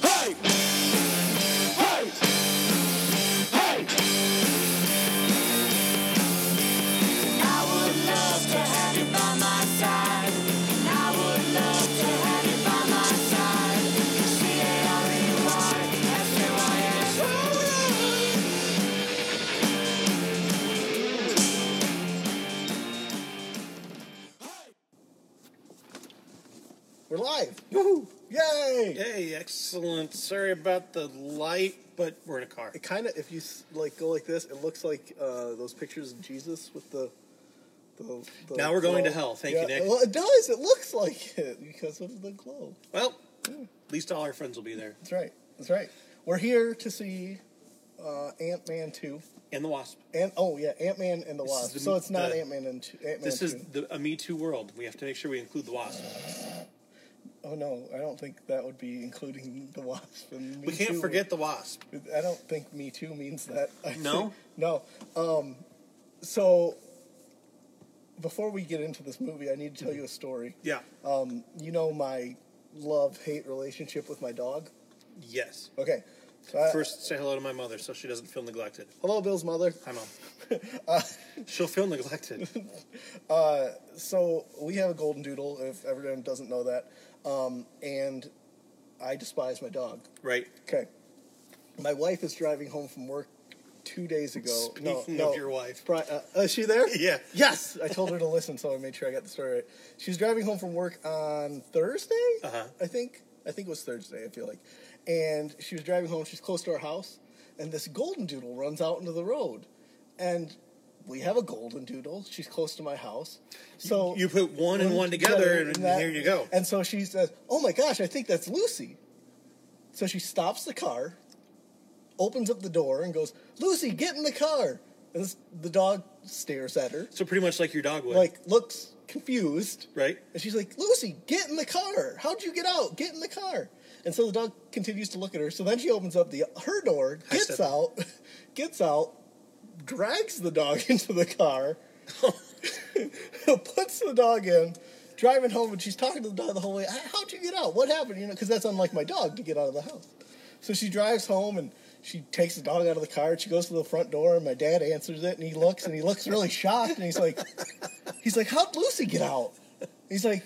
Hey! Hey! Hey! I would love to have you by my side. And I would love to have you by my side. C-A-R-E-Y, F-U-I-S. We're live. Woohoo! Yay! Hey, excellent. Sorry about the light, but we're in a car. It kind of, if you s- like go like this, it looks like uh, those pictures of Jesus with the. the, the Now we're going glow. to hell. Thank you, Yeah, Nick. Well, it does. It looks like it because of the glow. Well, at least all our friends will be there. That's right. That's right. We're here to see uh, Ant Man two And the Wasp. and oh yeah, Ant Man and the This Wasp. is the- so it's not the- Ant Man and two, Ant Man. This two. is the, a Me Too world. We have to make sure we include the Wasp. Oh no, I don't think that would be including the Wasp. And Me We can't Too. forget the Wasp. I don't think Me Too means that. I No? think- no. Um, so, before we get into this movie, I need to tell you a story. Yeah. Um, you know my love hate relationship with my dog. Yes. Okay. So I, First, say hello to my mother so she doesn't feel neglected. hello, Bill's mother. Hi, Mom. Uh, She'll feel neglected. So we have a golden doodle. If everyone doesn't know that, um, and I despise my dog. Right. Okay. My wife is driving home from work two days ago. no, Speaking no, of your wife. Pri- uh, is she there? Yeah. Yes. I told her to listen, so I made sure I got the story right. She was driving home from work on Thursday, Uh-huh. I think. I think it was Thursday, I feel like. And she was driving home. She's close to our house. And this golden doodle runs out into the road. And we have a golden doodle. She's close to my house. So You put one and one together, and that- here you go. And so she says, Oh my gosh, I think that's Lucy. So she stops the car, opens up the door, and goes, Lucy, get in the car. And this, the dog stares at her, So, pretty much like your dog would. like, looks confused. right? And she's like, Lucy, get in the car. How'd you get out? Get in the car. And so the dog continues to look at her. So then she opens up the her door, High gets stepping. out, gets out, drags the dog into the car, puts the dog in, driving home, and she's talking to the dog the whole way. "Ah, How'd you get out? What happened? You know, because that's unlike my dog to get out of the house. So she drives home and she takes the dog out of the car. and She goes to the front door, and my dad answers it, and he looks and he looks really shocked, and he's like, he's like, how'd Lucy get out? He's like,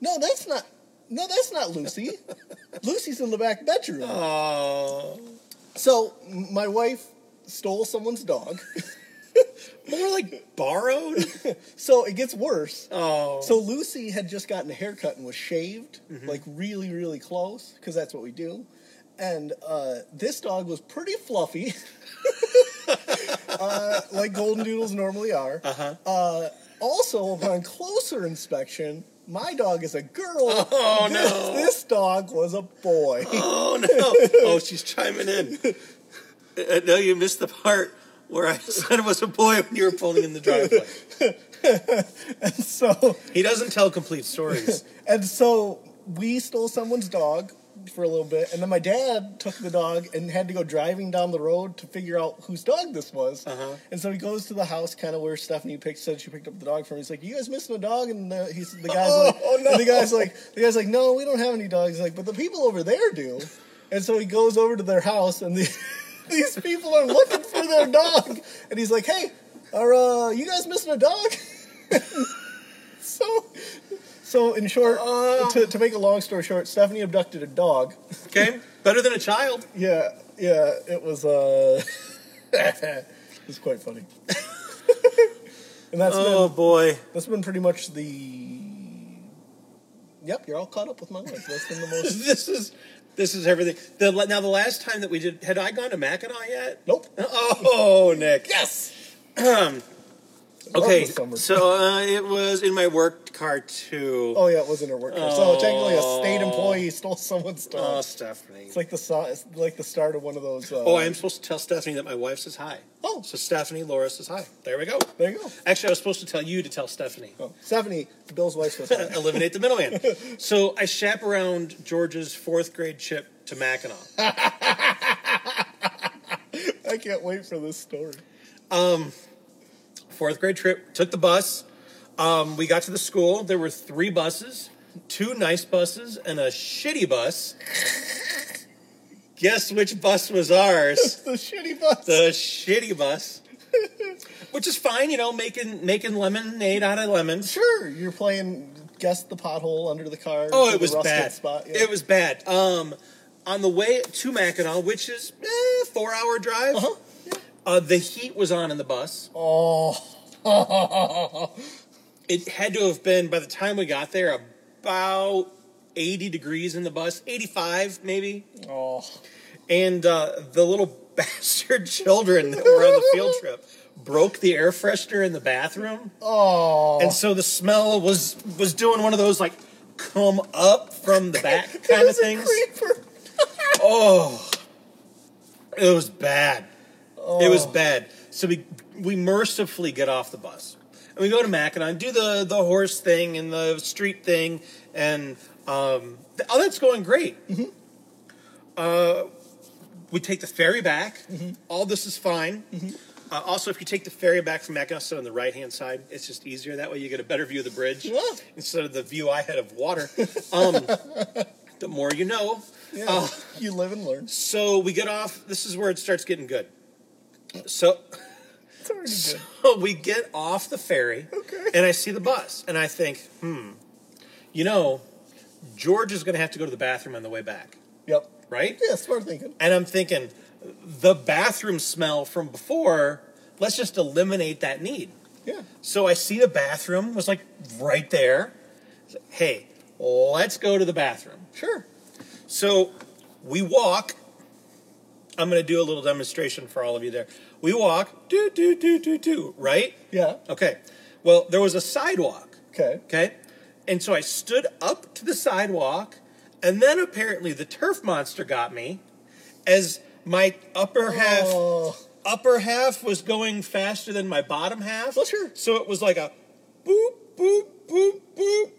no, that's not. No, that's not Lucy. Lucy's in the back bedroom. uh, Oh. So m- my wife stole someone's dog. More like borrowed? So it gets worse. Oh. Mm-hmm. So Lucy had just gotten a haircut and was shaved, like really, really close, because that's what we do. And uh, this dog was pretty fluffy, uh, like golden doodles normally are. Uh-huh. also, upon closer inspection, my dog is a girl. Oh, this, no. This dog was a boy. Oh no! Oh, she's chiming in. Uh, no, you missed the part where I said it was a boy when you were pulling in the driveway. and so, He doesn't tell complete stories. and so we stole someone's dog for a little bit, and then my dad took the dog and had to go driving down the road to figure out whose dog this was. Uh-huh. And so he goes to the house, kind of where Stephanie picked said she picked up the dog from. He's like, "You guys missing a dog?" And the, he's the guy's like, Oh, no. and the guy's like, the guy's like, "No, we don't have any dogs." He's like, "But the people over there do." And so he goes over to their house, and the, these people are looking for their dog. And he's like, "Hey, are uh, you guys missing a dog?" so, so in short, to, to make a long story short, Stephanie abducted a dog. Okay, better than a child. Yeah, yeah, it was uh it was quite funny. and that's Oh been boy! that's been pretty much the Yep, you're all caught up with my life. That's been the most This is this is everything. The, now the last time that we did, had I gone to Mackinac yet? Nope. Oh, Nick. Yes. Love Okay, the summer. so uh, it was in my work car too. Oh yeah, it wasn't a work car. So technically, a state employee stole someone's Oh, stuff. Stephanie. it's like the so- it's like the start of one of those. Uh, Oh, I am supposed to tell Stephanie that my wife says hi. Oh. So Stephanie Laura says hi. There we go. There you go. Actually, I was supposed to tell you to tell Stephanie. Oh, Stephanie, Bill's wife was. Eliminate the middleman. so I chaperoned George's fourth grade trip to Mackinac. I can't wait for this story. fourth grade trip. Took the bus. Um, we got to the school. There were three buses, two nice buses, and a shitty bus. Guess which bus was ours? The shitty bus. The shitty bus. Which is fine, you know, making making lemonade out of lemons. sure, you're playing. Guess the pothole under the car. Oh, the it was rusted bad. Spot. yeah. It was bad. Um, on the way to Mackinac, which is eh, four hour drive, Uh-huh. uh, the heat was on in the bus. Oh. it had to have been by the time we got there about 80 degrees in the bus 85 maybe oh. and uh, the little bastard children that were on the field trip broke the air freshener in the bathroom Oh. and so the smell was was doing one of those like come up from the back kind It of was a things creeper. oh it was bad it was bad so we we mercifully get off the bus and we go to Mackinac, do the the horse thing and the street thing, and um, th- oh, that's going great. Uh, we take the ferry back. All this is fine. Uh, also, if you take the ferry back from Mackinac, so on the right hand side, it's just easier. That way, you get a better view of the bridge Yeah. instead of the view I had of water. Um, the more you know. Yeah. Uh, you live and learn. so we get off. This is where it starts getting good. So It's already good. so we get off the ferry, Okay. and I see the bus, and I think, hmm, you know, George is going to have to go to the bathroom on the way back, Yep. right? Yeah, smart thinking. And I'm thinking, the bathroom smell from before, let's just eliminate that need. Yeah. So I see the bathroom was like right there. It's like, Hey, let's go to the bathroom. Sure. So we walk. I'm going to do a little demonstration for all of you there. We walk, do, do, do, do, do, right? Yeah. Okay. Well, there was a sidewalk. Okay. Okay. And so I stood up to the sidewalk, and then apparently the turf monster got me as my upper half Oh. upper half was going faster than my bottom half. Well, sure. So it was like a boop, boop, boop, boop.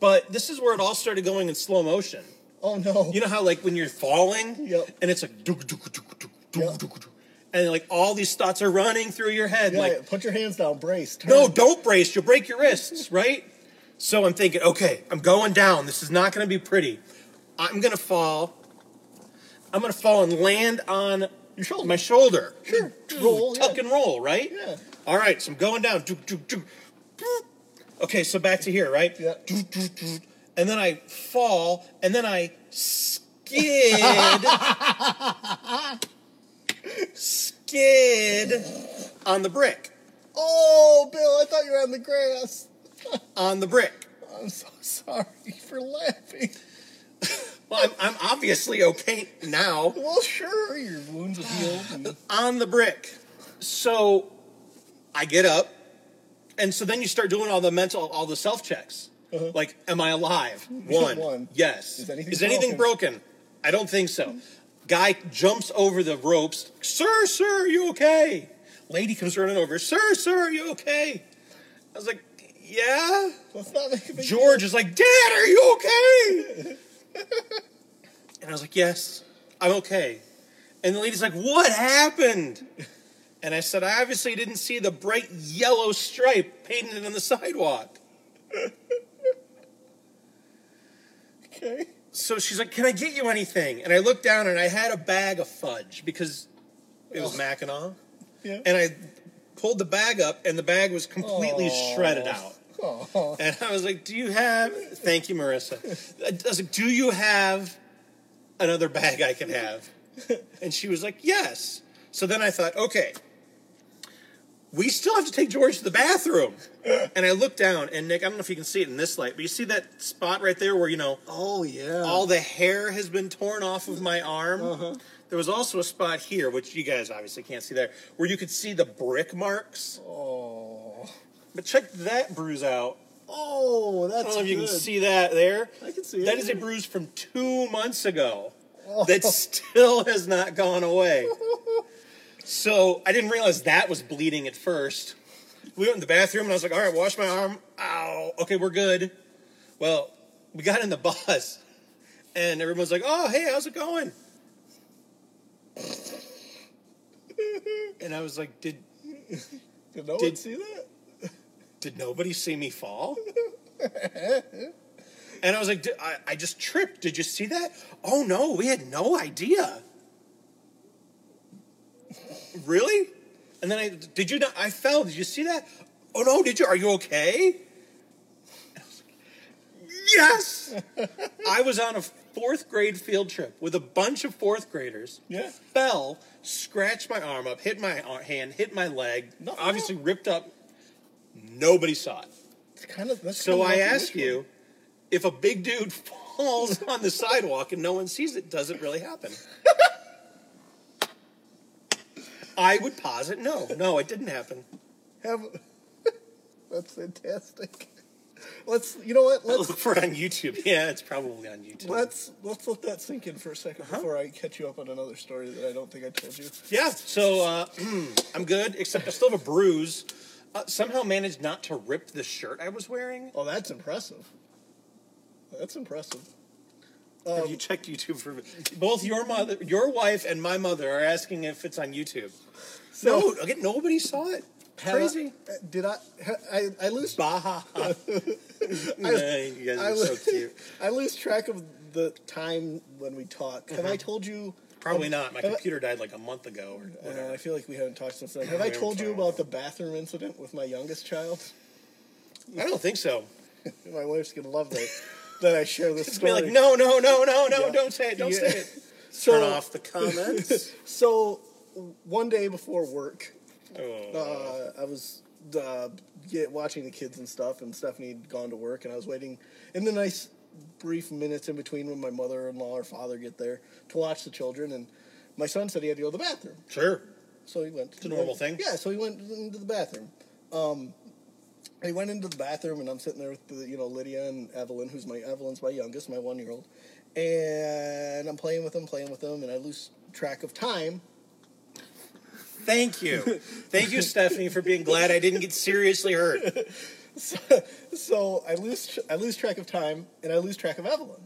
But this is where it all started going in slow motion. Oh no. You know how like when you're falling, Yep. and it's like dook, dook, dook, dook, dook, Yep. dook, dook, and like all these thoughts are running through your head, Yeah, like yeah, put your hands down, brace. Turn. no, don't brace. You'll break your wrists, right? So I'm thinking, okay, I'm going down. This is not going to be pretty. I'm going to fall. I'm going to fall and land on Your shoulder. my shoulder. Sure. Roll, Tuck yeah. and roll, right? Yeah. All right, so I'm going down. Doot, doot, doot. Doot. Okay, so back to here, right? Yeah. Doot, doot, doot. And then I fall, and then I skid. skid on the brick. Oh, Bill, I thought you were on the grass. On the brick. I'm so sorry for laughing. Well, I'm, I'm obviously okay now Well, sure, your wounds have healed. And, on the brick. So I get up, and so then you start doing all the mental, all the self checks. Uh-huh. Like, am I alive? One. One. Yes. Is anything Mm-hmm. broken? I don't think so. Guy jumps over the ropes. Sir, sir, are you okay? Lady comes running over. Sir, sir, are you okay? I was like, yeah. let's not make a big George is like, Dad, are you okay? and I was like, Yes, I'm okay. And the lady's like, What happened? And I said, I obviously didn't see the bright yellow stripe painted on the sidewalk. Okay. So she's like, Can I get you anything? And I looked down and I had a bag of fudge because it was Mackinac. Yeah. And I pulled the bag up and the bag was completely Aw. shredded out. oh, And I was like, "Do you have?" Thank you, Marissa. I was like, "Do you have another bag I can have?" And she was like, "Yes." So then I thought, "Okay, we still have to take George to the bathroom." And I looked down, and Nick, I don't know if you can see it in this light, but you see that spot right there where you know oh yeah. all the hair has been torn off of my arm. Uh-huh. There was also a spot here, which you guys obviously can't see there, where you could see the brick marks. oh. But check that bruise out. Oh, that's I don't know if you can good. see that there. I can see it. Oh. That is a bruise from two months ago that still has not gone away. so I didn't realize that was bleeding at first. We went in the bathroom and I was like, all right, wash my arm. Ow. Okay, we're good. Well, we got in the bus and everyone's like, oh, hey, how's it going? and I was like, did Did no one Did- see that? did nobody see me fall? and I was like, "Di- I, I just tripped. Did you see that? Oh no, we had no idea. really? And then I did you not? I fell. Did you see that? Oh no, did you? Are you okay? And I was like, Yes, I was on a fourth grade field trip with a bunch of fourth graders. Yeah. fell, scratched my arm up, hit my ar- hand, hit my leg. Nothing obviously ripped up. Nobody saw it. It's kind of. That's So kind of I like a ask ritual. you, if a big dude falls on the sidewalk and no one sees it, does it really happen? I would posit no. No, it didn't happen. Have, that's fantastic. Let's. You know what? Look Let's for it on YouTube. Yeah, it's probably on YouTube. let's let's let that sink in for a 2nd before I catch you up on another story that I don't think I told you. Yeah. So uh, I'm good, except I still have a bruise. Uh, somehow managed not to rip the shirt I was wearing. Oh, that's impressive. That's impressive. have you checked YouTube for both your mother, your wife, and my mother are asking if it's on YouTube. So- no, again, nobody saw it. Have I- Crazy. uh, Did I? ha- I I lose. Baja. you guys I, are so lose cute. I lose track of the time when we talk. Have Uh-huh. I told you? Probably not. My Have I- computer died like a month ago or I, know, whatever. I feel like we haven't talked since then. Have we I haven't told you talked. about the bathroom incident with my youngest child? I don't think so. My wife's gonna love that. that I share this Be story. like, no, no, no, no, no, Yeah. don't say it, don't Yeah. say it. So- Turn off the comments. So one day before work, Oh. uh, I was uh, get, watching the kids and stuff, and Stephanie had gone to work, and I was waiting in the nice brief minutes in between when my mother-in-law or father get there to watch the children, and my son said he had to go to the bathroom, Sure. so he went. It's a normal thing. Yeah, so he went into the bathroom. Um, he went into the bathroom, and I'm sitting there with the, you know Lydia and Evelyn, who's my Evelyn's my youngest, my one-year-old, and I'm playing with them, playing with them, and I lose track of time. Thank you. Thank you, Stephanie, for being glad I didn't get seriously hurt. so I lose I lose track of time and I lose track of Evelyn,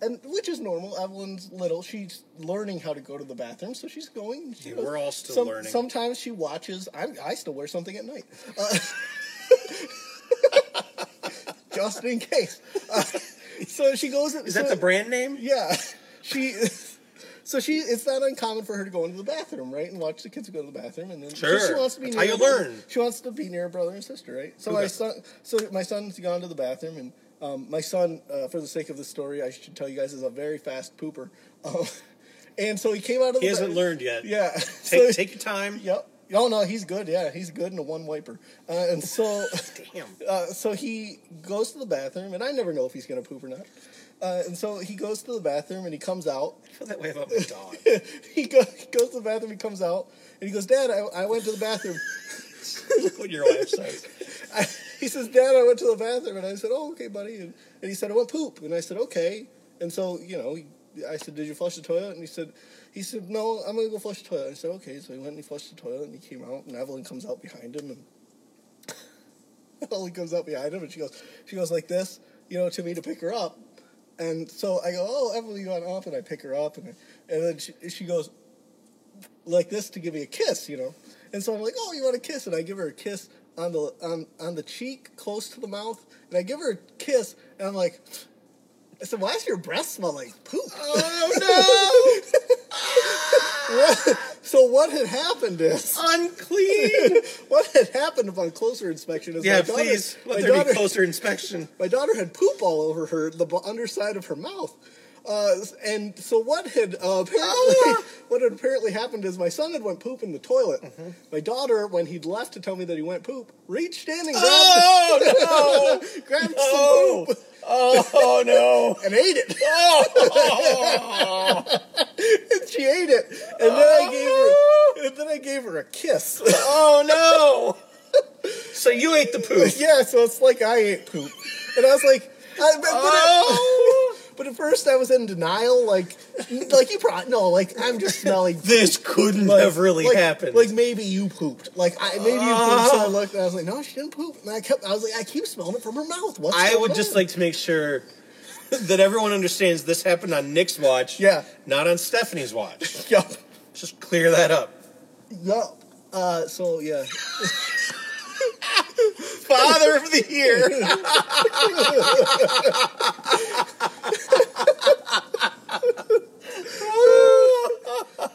and which is normal. Evelyn's little; she's learning how to go to the bathroom, so she's going. She Yeah, goes- we're all still learning. Sometimes she watches. I'm, I still wear something at night, uh, just in case. Uh, so she goes. Is that the brand name? Yeah, she. So she, it's not uncommon for her to go into the bathroom, right, and watch the kids go to the bathroom, and then 'cause she Sure. wants to be That's near how her you brother- learn. She wants to be near her brother and sister, right? So Okay. my son, so my son's gone to the bathroom, and um, my son, uh, for the sake of the story, I should tell you guys, is a very fast pooper, um, and so he came out of the He hasn't ba- learned yet. Yeah, Take, So- take your time. Yep. Oh no, he's good. Yeah, he's good in a one wiper, uh, and so. Damn. Uh, so he goes to the bathroom, and I never know if he's gonna poop or not. Uh, and so he goes to the bathroom, and he comes out. I feel that way about my dog. he, go, he goes to the bathroom, he comes out, and he goes, "Dad, I, I went to the bathroom." Look what your wife says. I, he says, "Dad, I went to the bathroom," and I said, "Oh, okay, buddy." And, and he said, "I went poop," and I said, "Okay." And so you know, he, I said, "Did you flush the toilet?" And he said, "He said, no, I'm gonna go flush the toilet." I said, "Okay." So he went and he flushed the toilet, and he came out, and Evelyn comes out behind him, and Evelyn comes out behind him, and she goes, she goes like this, you know, to me to pick her up. And so I go, oh, Evelyn, you got up, and I pick her up, and, I, and then she, she goes like this to give me a kiss, you know. And so I'm like, oh, you want a kiss? And I give her a kiss on the on on the cheek, close to the mouth, and I give her a kiss, and I'm like, I said, why does your breath smell like poop? Oh so what had happened is. no! Unclean! What had happened upon closer inspection is Yeah, my daughter, please my let there daughter- be closer inspection. my daughter had poop all over her the b- underside of her mouth uh, and so what had uh, apparently what had apparently happened is my son had went poop in the toilet my daughter when he'd left to tell me that he went poop reached in and grabbed, Oh no! grabbed some Oh, poop oh no! and ate it Oh, and she ate it and Oh, then i gave her and then i gave her a kiss oh no! So you ate the poop. yeah, so it's like I ate poop. And I was like, I, but, but, Oh. at, but at first I was in denial, like, like you probably, no, like, I'm just smelling. This couldn't Like- have really like, happened. Uh. Like maybe you pooped. Like I maybe you pooped. So I looked and I was like, no, she didn't poop. And I kept. I was like, I keep smelling it from her mouth. What's I going would just on? like to make sure that everyone understands this happened on Nick's watch, Yeah. not on Stephanie's watch. Yup. Just clear that up. Yup. Uh, so yeah. Father of the year.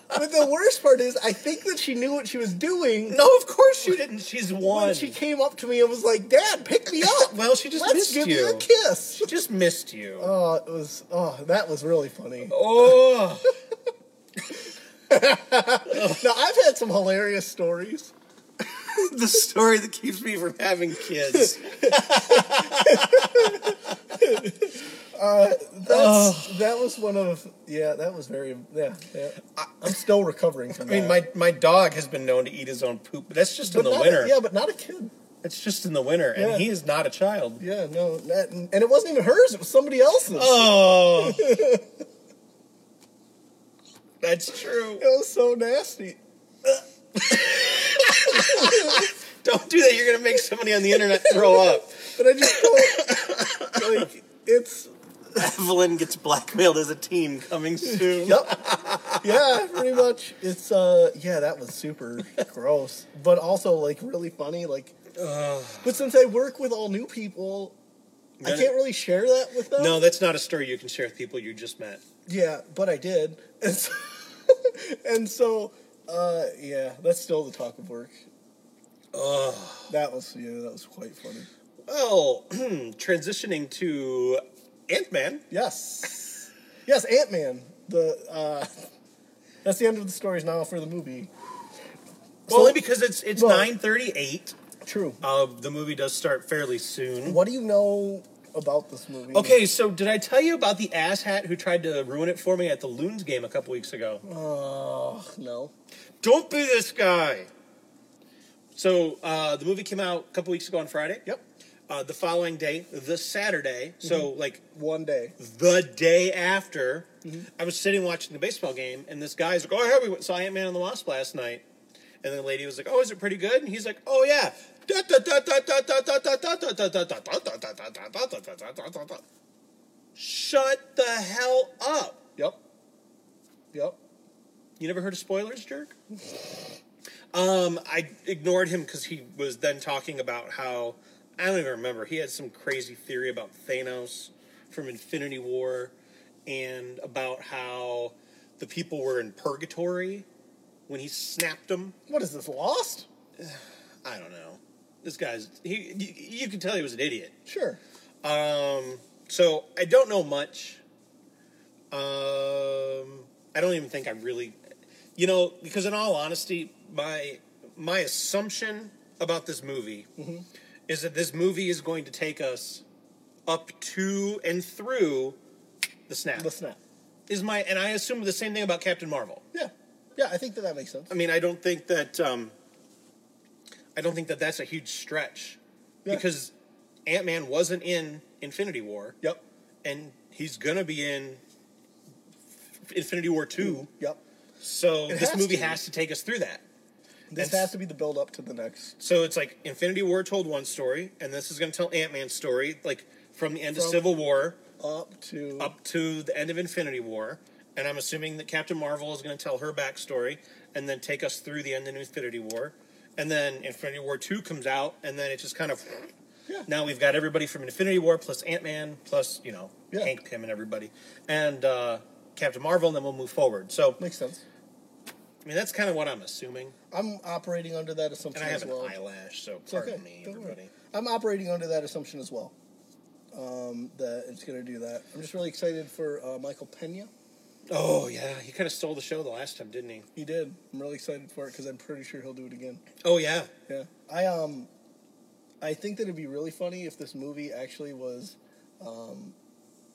But the worst part is, I think that she knew what she was doing No, of course you didn't. She's one. when she came up to me and was like, "Dad, pick me up." Well, she just Let's missed give you. you a kiss. She just missed you. Oh, it was. Oh, that was really funny. oh. Now I've had some hilarious stories. the story that keeps me from having kids. That's, Oh. That was one of. Yeah, that was very. Yeah, yeah. I'm still recovering from I that. mean, my, my dog has been known to eat his own poop, but that's just in But the not a- winter. yeah, but not a kid. It's just in the winter, Yeah. and he is not a child. Yeah, no, that, and it wasn't even hers. It was somebody else's. Oh. That's true. It was so nasty. Don't do that. You're going to make somebody on the internet throw up. But I just don't like it's. Evelyn gets blackmailed as a teen coming soon. Yep. Yeah, pretty much. It's uh, yeah, that was super gross, but also like really funny. Like, but since I work with all new people, I No, can't really share that with them. No, that's not a story you can share with people you just met. Yeah, but I did, and so, and so uh, yeah, that's still the talk of work. Oh. That was yeah, that was quite funny. Well, transitioning to Ant Man. Yes. Yes, Ant Man. The uh, that's the end of the stories now for the movie. So- Only because it's it's well- nine thirty eight. True. Uh, the movie does start fairly soon. What do you know about this movie? Okay, so did I tell you about the asshat who tried to ruin it for me at the Loons game a couple weeks ago? Uh, no. Don't be this guy. So uh, the movie came out a couple weeks ago on Friday. Yep. Uh, the following day, the Saturday, so like One day. the day after, I was sitting watching the baseball game, and this guy's like, "Oh yeah, we went- saw Ant Man and the Wasp last night," and the lady was like, "Oh, is it pretty good?" And he's like, "Oh yeah." Shut the hell up. Yep. Yep. You never heard of spoilers, jerk? um, I ignored him because he was then talking about how I don't even remember. He had some crazy theory about Thanos from Infinity War and about how the people were in purgatory when he snapped them. What is this? Lost? I don't know. This guy's he. You, you can tell he was an idiot. Sure. Um, so I don't know much. Um, I don't even think I really, you know, because in all honesty, my my assumption about this movie Mm-hmm. is that this movie is going to take us up to and through the snap. The snap. Is my and I assume the same thing about Captain Marvel. Yeah. Yeah, I think that that makes sense. I mean, I don't think that um, I don't think that that's a huge stretch Yeah. because Ant Man wasn't in Infinity War Yep. and he's gonna be in Infinity War two. Yep. So It this has movie to. has to take us through that. This That's- has to be the build up to the next. So it's like Infinity War told one story, and this is gonna tell Ant Man's story, like from the end of From- Civil War Up to. up to the end of Infinity War. And I'm assuming that Captain Marvel is gonna tell her backstory and then take us through the end of Infinity War. And then Infinity War two comes out, and then it just kind of Yeah. now we've got everybody from Infinity War plus Ant Man plus you know Yeah. Hank Pym and everybody and uh, Captain Marvel, and then we'll move forward. So Makes sense. I mean that's kind of what I'm assuming, I'm operating under that assumption and I as have an well. eyelash, so It's pardon okay. me, Don't worry. everybody. I'm operating under that assumption as well. Um, that it's going to do that. I'm just really excited for uh, Michael Pena. Oh yeah, he kind of stole the show the last time, didn't he? He did. I'm really excited for it because I'm pretty sure he'll do it again. Oh yeah, Yeah. I um, I think that it'd be really funny if this movie actually was, um,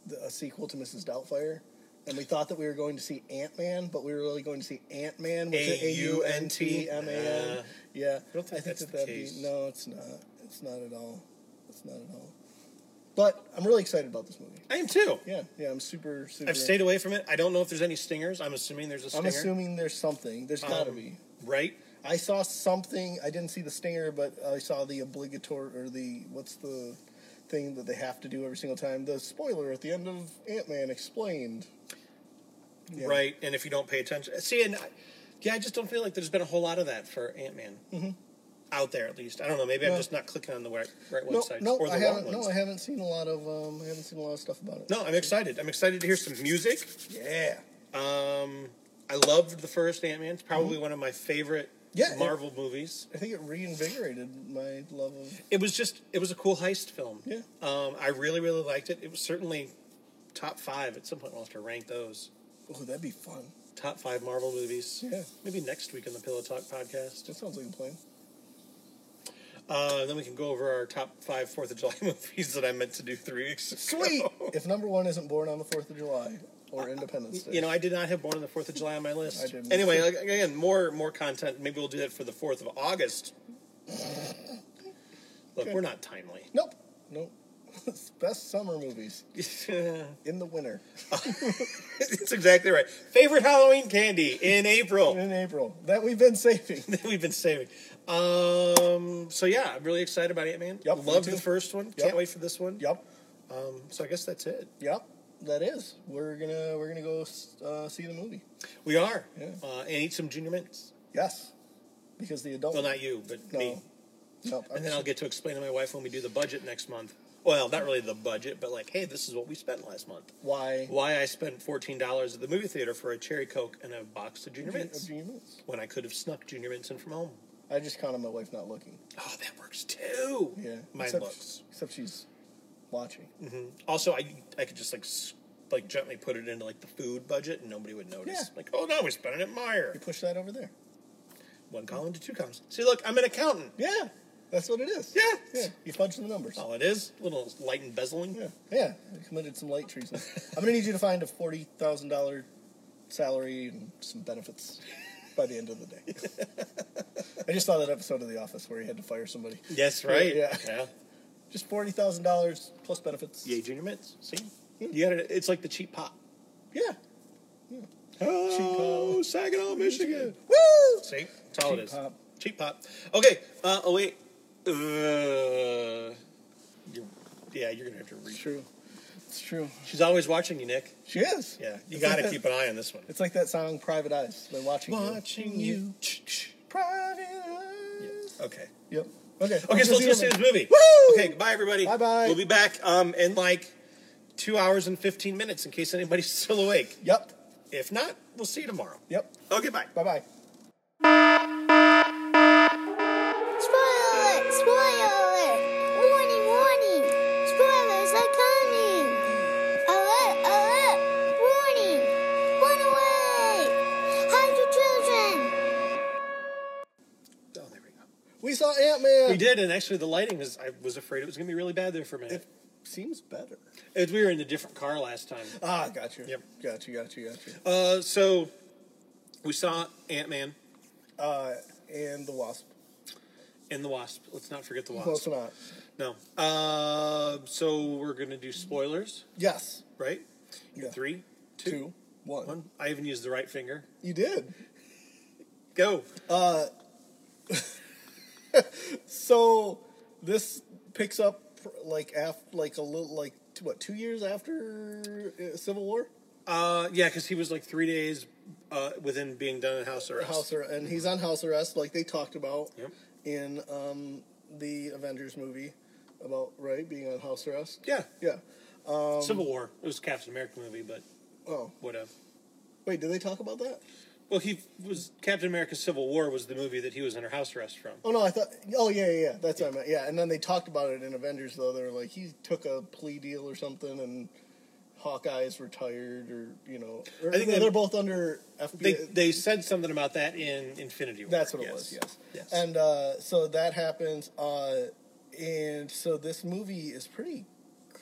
the, a sequel to Mrs. Doubtfire, and we thought that we were going to see Ant Man, but we were really going to see Ant Man, which is A U N T M A Uh, N. Yeah. don't think I think that's that the that'd case. be no, it's not. It's not at all. It's not at all. But I'm really excited about this movie. I am too. Yeah, yeah, I'm super, super. I've stayed away from it. I don't know if there's any stingers. I'm assuming there's a stinger. I'm assuming there's something. There's Um, gotta be. Right? I saw something. I didn't see the stinger, but I saw the obligatory or the what's the thing that they have to do every single time. The spoiler at the end of Ant Man explained. Yeah. Right. And if you don't pay attention. See, and I, yeah, I just don't feel like there's been a whole lot of that for Ant Man. Out there, at least. I don't know. Maybe I'm Mm-hmm. No. just not clicking on the right, right No, websites no, or the I wrong haven't. ones. No, I haven't seen a lot of. Um, I haven't seen a lot of stuff about it. No, I'm excited. I'm excited to hear some music. Yeah. Um, I loved the first Ant Man. It's probably one of my favorite Mm-hmm. Yeah, it- Marvel movies. I think it reinvigorated my love of. It was just, it was a cool heist film. Yeah. Um, I really, really liked it. It was certainly top five. At some point, we'll have to rank those. Oh, that'd be fun. Top five Marvel movies. Yeah. Maybe next week on the Pillow Talk podcast. That sounds like a plan. Uh, then we can go over our top five Fourth of July movies that I meant to do three weeks ago. Sweet. if number one isn't born on the Fourth of July or Independence Day, You know, I did not have Born on the Fourth of July on my list. I didn't. Anyway, like, again, more more content. Maybe we'll do that for the Fourth of August. Look, we're not timely. nope, nope. Best summer movies it's in the winter exactly right. Favorite Halloween candy in April in April that we've been saving. that we've been saving. Um, so yeah, I'm really excited about Ant Man. Yup, me Love the too. first one. Can't Yup. wait for this one. Yep, Um, so I guess that's it. yep. That is. We're gonna we're gonna go uh, see the movie. We are Yeah. uh, and eat some junior mints. Yes, because the adult. Well, not you, but no. me. Nope. And then I'll get to explain to my wife when we do the budget next month. Well, not really the budget, but like, hey, this is what we spent last month. why. Why I spent fourteen dollars at the movie theater for a cherry coke and a box of junior mints Agreements. when I could have snuck junior mints in from home. I just counted my wife not looking. Oh, that works too. Yeah. mine except, looks. Mm. Except she's watching. Also, I I could just like s- like gently put it into like the food budget and nobody would notice. Yeah. Like, oh no, we spent it at Meyer. You push that over there. One column to two columns. See, look, I'm an accountant. Yeah, that's what it is. Yeah. Oh. Yeah, you fudge the numbers. All it is, little light embezzling. Yeah, yeah, I committed some light treason. I'm gonna need you to find a forty thousand dollar salary and some benefits by the end of the day. I just saw that episode of The Office where he had to fire somebody. Yes, right. Yeah. yeah. Just forty thousand dollars plus benefits. Yay, junior mints. See, Hmm. you got it. It's like the cheap pop. Yeah. Oh, Saginaw, Michigan. Woo! See, that's all it Cheap is. pop. Cheap pop. Okay. Uh, oh wait. Uh, you- yeah, you're gonna have to It's reach. true. It's true. She's always watching you, Nick. She is. Yeah, you It's got to like keep that- an eye on this one. It's like that song "Private Eyes." They're watching. Private Eyes. Okay. Yep. Okay. Okay, Let's so let's go go see this movie. Woo! Okay, bye everybody. Bye-bye. We'll be back um, in like two hours and fifteen minutes in case anybody's still awake. Yep. If not, we'll see you tomorrow. Yep. Okay, bye. Bye bye. Spoiler alert! Spoiler alert! Warning, warning! Spoilers are coming! Alert, alert! Warning! Run away! Hide your children! Oh, there we go. We saw Ant Man. We did, and actually the lighting was. I was afraid it was gonna be really bad there for a minute. It seems better. As we were in a different car last time. Ah, gotcha. Yep. Gotcha, gotcha, gotcha. Uh, so we saw Ant Man Uh, and the wasp. and the Wasp. Let's not forget the Close Wasp. enough. No. Uh, so we're gonna do spoilers, Yes. right? Yeah. Three, two, Two, one. one. I even used the right finger. You did. Go. So this picks up like af like a little like t- what two years after uh, Civil War Uh, yeah, because he was like three days uh, within being done in house arrest. house arrest, and he's on house arrest like they talked about Yep. in um, the Avengers movie about right being on house arrest. Yeah. Yeah. Civil War. It was a Captain America movie, but Oh whatever. wait, did they talk about that? Well, he was Captain America: Civil War was the movie that he was under house arrest from. Oh no, I thought. Oh yeah, yeah, yeah. That's what I meant. Yeah, and then they talked about it in Avengers though. They were like, he took a plea deal or something, and Hawkeye's retired, or you know, or- I think they're, they- both under FBI. They they said something about that in Infinity War. that's what it was. Yes. Yes. And uh, so that happens, uh, and so this movie is pretty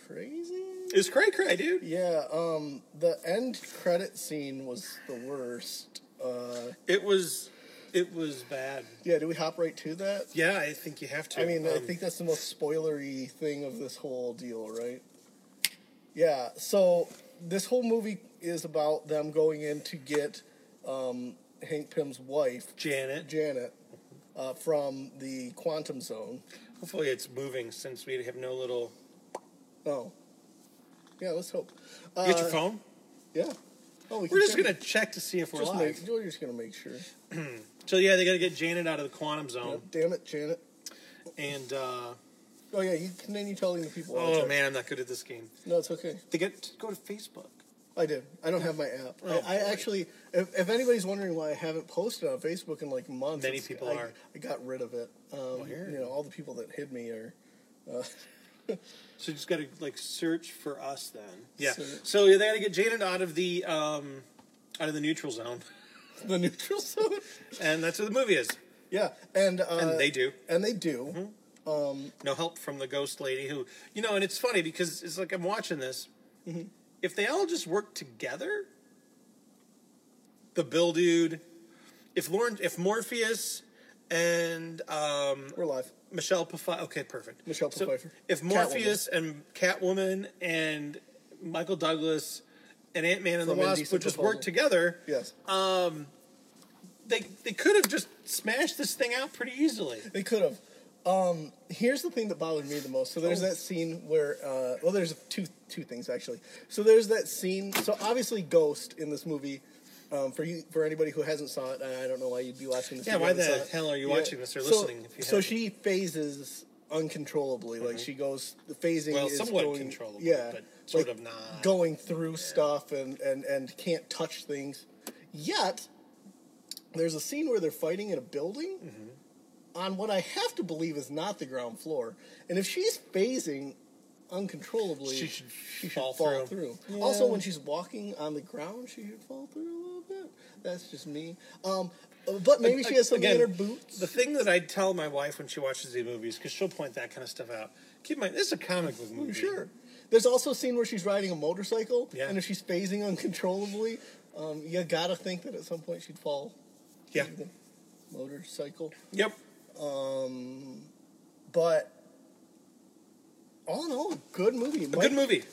crazy. It's cray cray, dude. Yeah. Um. The end credit scene was the worst. Uh, It was It was bad. Yeah, do we hop right to that? Yeah, I think you have to. I mean, I Um, think that's the most spoilery thing of this whole deal, right? Yeah. So this whole movie is about them going in to get um, Hank Pym's wife, Janet. Janet, uh, from the quantum zone. Hopefully, it's moving since we have no little. Oh. Yeah. Let's hope. You Uh, Get your phone. Yeah. Oh, we can We're just check- gonna check to see if we're just live. make, we're just gonna make sure. So yeah, they gotta get Janet out of the quantum zone, Damn it, Janet. and uh, Oh yeah, you continue telling the people. I'll oh check. man, I'm not good at this game. No, it's okay. They get to go to Facebook. I did. I don't have my app. Oh, I, I boy. actually, if, if anybody's wondering why I haven't posted on Facebook in like months, Many it's- people I, are. I got rid of it. Um, Weird. you know, all the people that hid me are. So you just gotta like search for us then. Yeah. So- So they gotta get Janet out of the um, out of the neutral zone, The neutral zone. and that's what the movie is. yeah, and uh, And they do. Mm-hmm. and they do. No help from the ghost lady who you know, and it's funny because it's like I'm watching this. Mm-hmm. If they all just work together, the Bill dude, if Lauren, if Morpheus and um, We're live. Michelle Pfeiffer. Okay, perfect. Michelle Pfeiffer. If Morpheus and Catwoman and Michael Douglas and Ant Man and From the Wasp Indecent would just Proposal. work together, Yes, they they could have just smashed this thing out pretty easily. they could have. Um, here's the thing that bothered me the most. So there's that scene where, uh, well, there's two two things actually. So there's that scene. So obviously, Ghost in this movie. Um, for you, for anybody who hasn't saw it, and I don't know why you'd be watching this. Yeah, if you why haven't saw the it. hell are you Yeah. watching this or So- listening? If you so haven't? Mm-hmm. she phases uncontrollably. Like she goes, the phasing Well, is somewhat going, controllable, yeah, but sort like of not. going through stuff and and and can't touch things. Yet there's a scene where they're fighting in a building on what I have to believe is not the ground floor, and if she's phasing uncontrollably, She should fall, fall through. through. Also, when she's walking on the ground, she should fall through a little bit. That's just me. Um, but maybe she has something Again, in her boots. The thing that I tell my wife when she watches these movies, because she'll point that kind of stuff out. Keep in mind, this is a comic book movie. Mm, Sure. There's also a scene where she's riding a motorcycle, Yeah. and if she's phasing uncontrollably, um, you gotta think that at some point she'd fall. Yeah. Motorcycle. Yep. Um, but all in all, good movie. A good movie.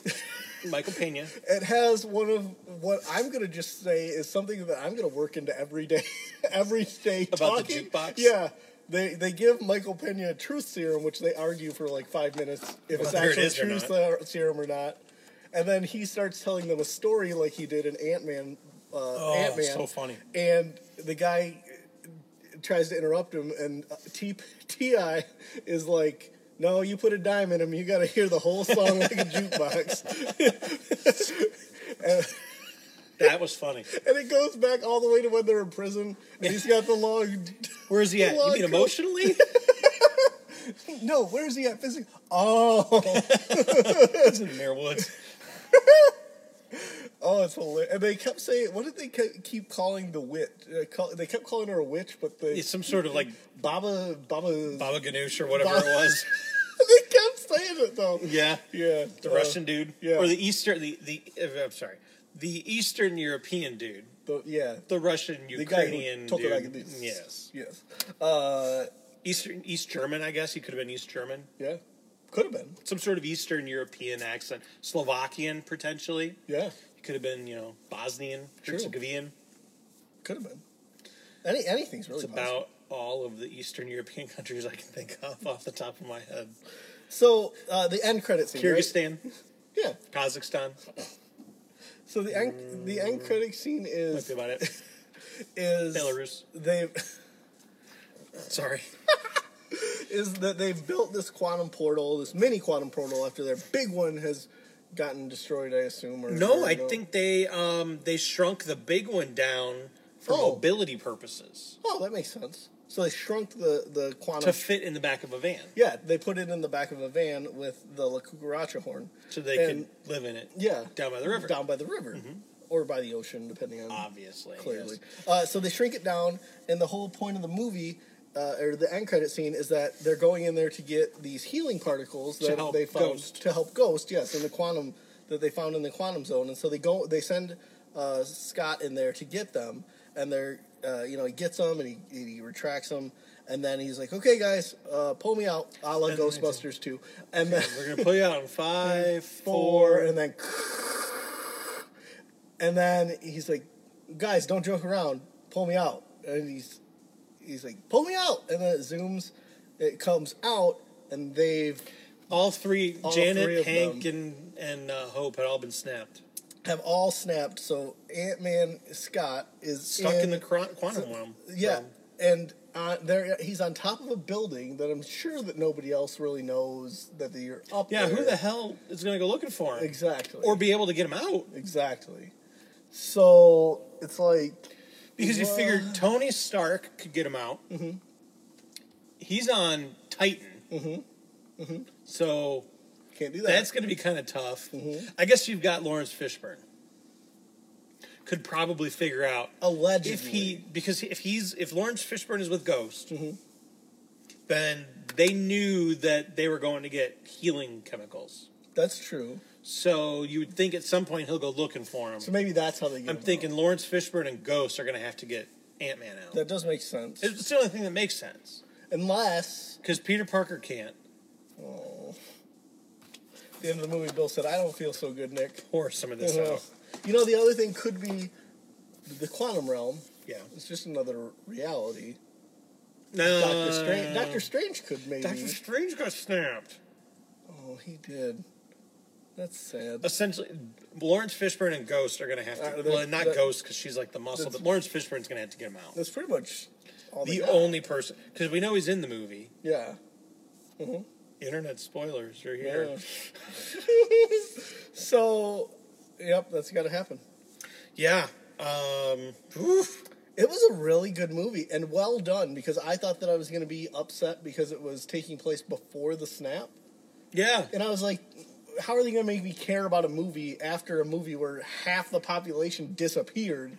Michael Pena. It has one of what I'm gonna just say is something that I'm gonna work into every day, every day About the talking. jukebox? Yeah. They, they give Michael Pena a truth serum, which they argue for like five minutes if it's Whether it actually is or truth ser- serum or not. And then he starts telling them a story like he did in Ant Man. Uh, Ant Man. Oh, so funny. And the guy uh, tries to interrupt him, and uh, T- T.I. is like, No, you put a dime in him, you gotta hear the whole song like a jukebox. That was funny. and it goes back all the way to when they're in prison, and he's got the long. Where is he at? You Well, mean cool. emotionally? No, where is he at physically? Oh, It's in Mayor Woods. oh, it's hilarious. And they kept saying, What did they ke- keep calling the witch? Uh, call, they kept calling her a witch, but the It's some sort of like Baba Baba. Baba Ganoush or whatever Baba- it was. they kept saying it though. Yeah. Yeah, The uh, Russian dude. yeah. Or the Eastern, the, the, uh, I'm sorry, the Eastern European dude. the- yeah, The Russian the guy Ukrainian who took it like dude. this. Yes. yes, uh, Eastern, East German, I guess. He could have been East German. yeah, could have been, Some sort of Eastern European accent. Slovakian, potentially. yeah, He could have been, you know, Bosnian, True. Herzegovian. could have been. Any anything's really It's possible. about all of the Eastern European countries I can think of off the top of my head. So uh, the end credit scene, right? Kyrgyzstan, Yeah. Kazakhstan. So the end, the end Mm. credit scene Might is be about it. is Belarus. They Sorry. is that they've built this quantum portal, this mini quantum portal after their big one has gotten destroyed. I assume. Or No, or I think they um, they shrunk the big one down for Oh. mobility purposes Oh, that makes sense. So they shrunk the the quantum. to fit in the back of a van, yeah, they put it in the back of a van with the La Cucaracha horn. so they And- could live in it. Yeah. down by the river. Mm-hmm. Down by the river. Or by the ocean, depending on Obviously, clearly. yes. Uh, so they shrink it down, and the whole point of the movie, uh, or the end credit scene, is that they're going in there to get these healing particles To that help they found Ghost. to help Ghost. Yes, in the quantum that they found in the quantum zone, and so they go. They send uh, Scott in there to get them, and they're uh, you know he gets them and he, and he retracts them and then he's like okay guys uh, pull me out a la And then it's- ghostbusters 2 and then We're gonna play out in five, four four, and then and then he's like guys don't joke around pull me out and he's he's like pull me out and then it zooms it comes out and they've all three. All Janet, three of Hank, and and uh, Hope had all been snapped, have all snapped so ant-man scott is stuck in, the cro- quantum realm. Yeah, realm. and uh, there he's on top of a building that I'm sure that nobody else really knows that they're up. Yeah, there. who the hell is going to go looking for him? Exactly. Or be able to get him out? exactly. So it's like Because you Well- figured Tony Stark could get him out. Mm-hmm. He's on Titan. Mm-hmm. Mm-hmm. So can't do that. that's going to be kind of tough. I guess you've got Lawrence Fishburne. Could probably figure out allegedly. if he because if he's if Lawrence Fishburne is with Ghost, then they knew that they were going to get healing chemicals. that's true. So you would think at some point he'll go looking for him. So maybe that's how they get. I'm him thinking out. Lawrence Fishburne and Ghost are going to have to get Ant Man out. that does make sense, It's the only thing that makes sense unless because Peter Parker can't. oh, at the end of the movie, Bill said, "I don't feel so good, Nick." Pour some of Uh-huh. this out. You know, the other thing could be the quantum realm. Yeah. It's just another reality. No. Doctor Strange. Doctor Strange could maybe. Uh, Doctor Strange got snapped. Oh, he did. That's sad. Essentially, Lawrence Fishburne and Ghost are going to have to. Uh, that- well, not that- Ghost because she's like the muscle, that's- but Lawrence Fishburne's going to have to get him out. That's pretty much all they The got. only person because we know he's in the movie. Yeah. Internet spoilers are here. Yeah. so, yep, that's got to happen. Yeah. Um, oof. It was a really good movie and well done because I thought that I was going to be upset because it was taking place before the snap. Yeah. And I was like, how are they going to make me care about a movie after a movie where half the population disappeared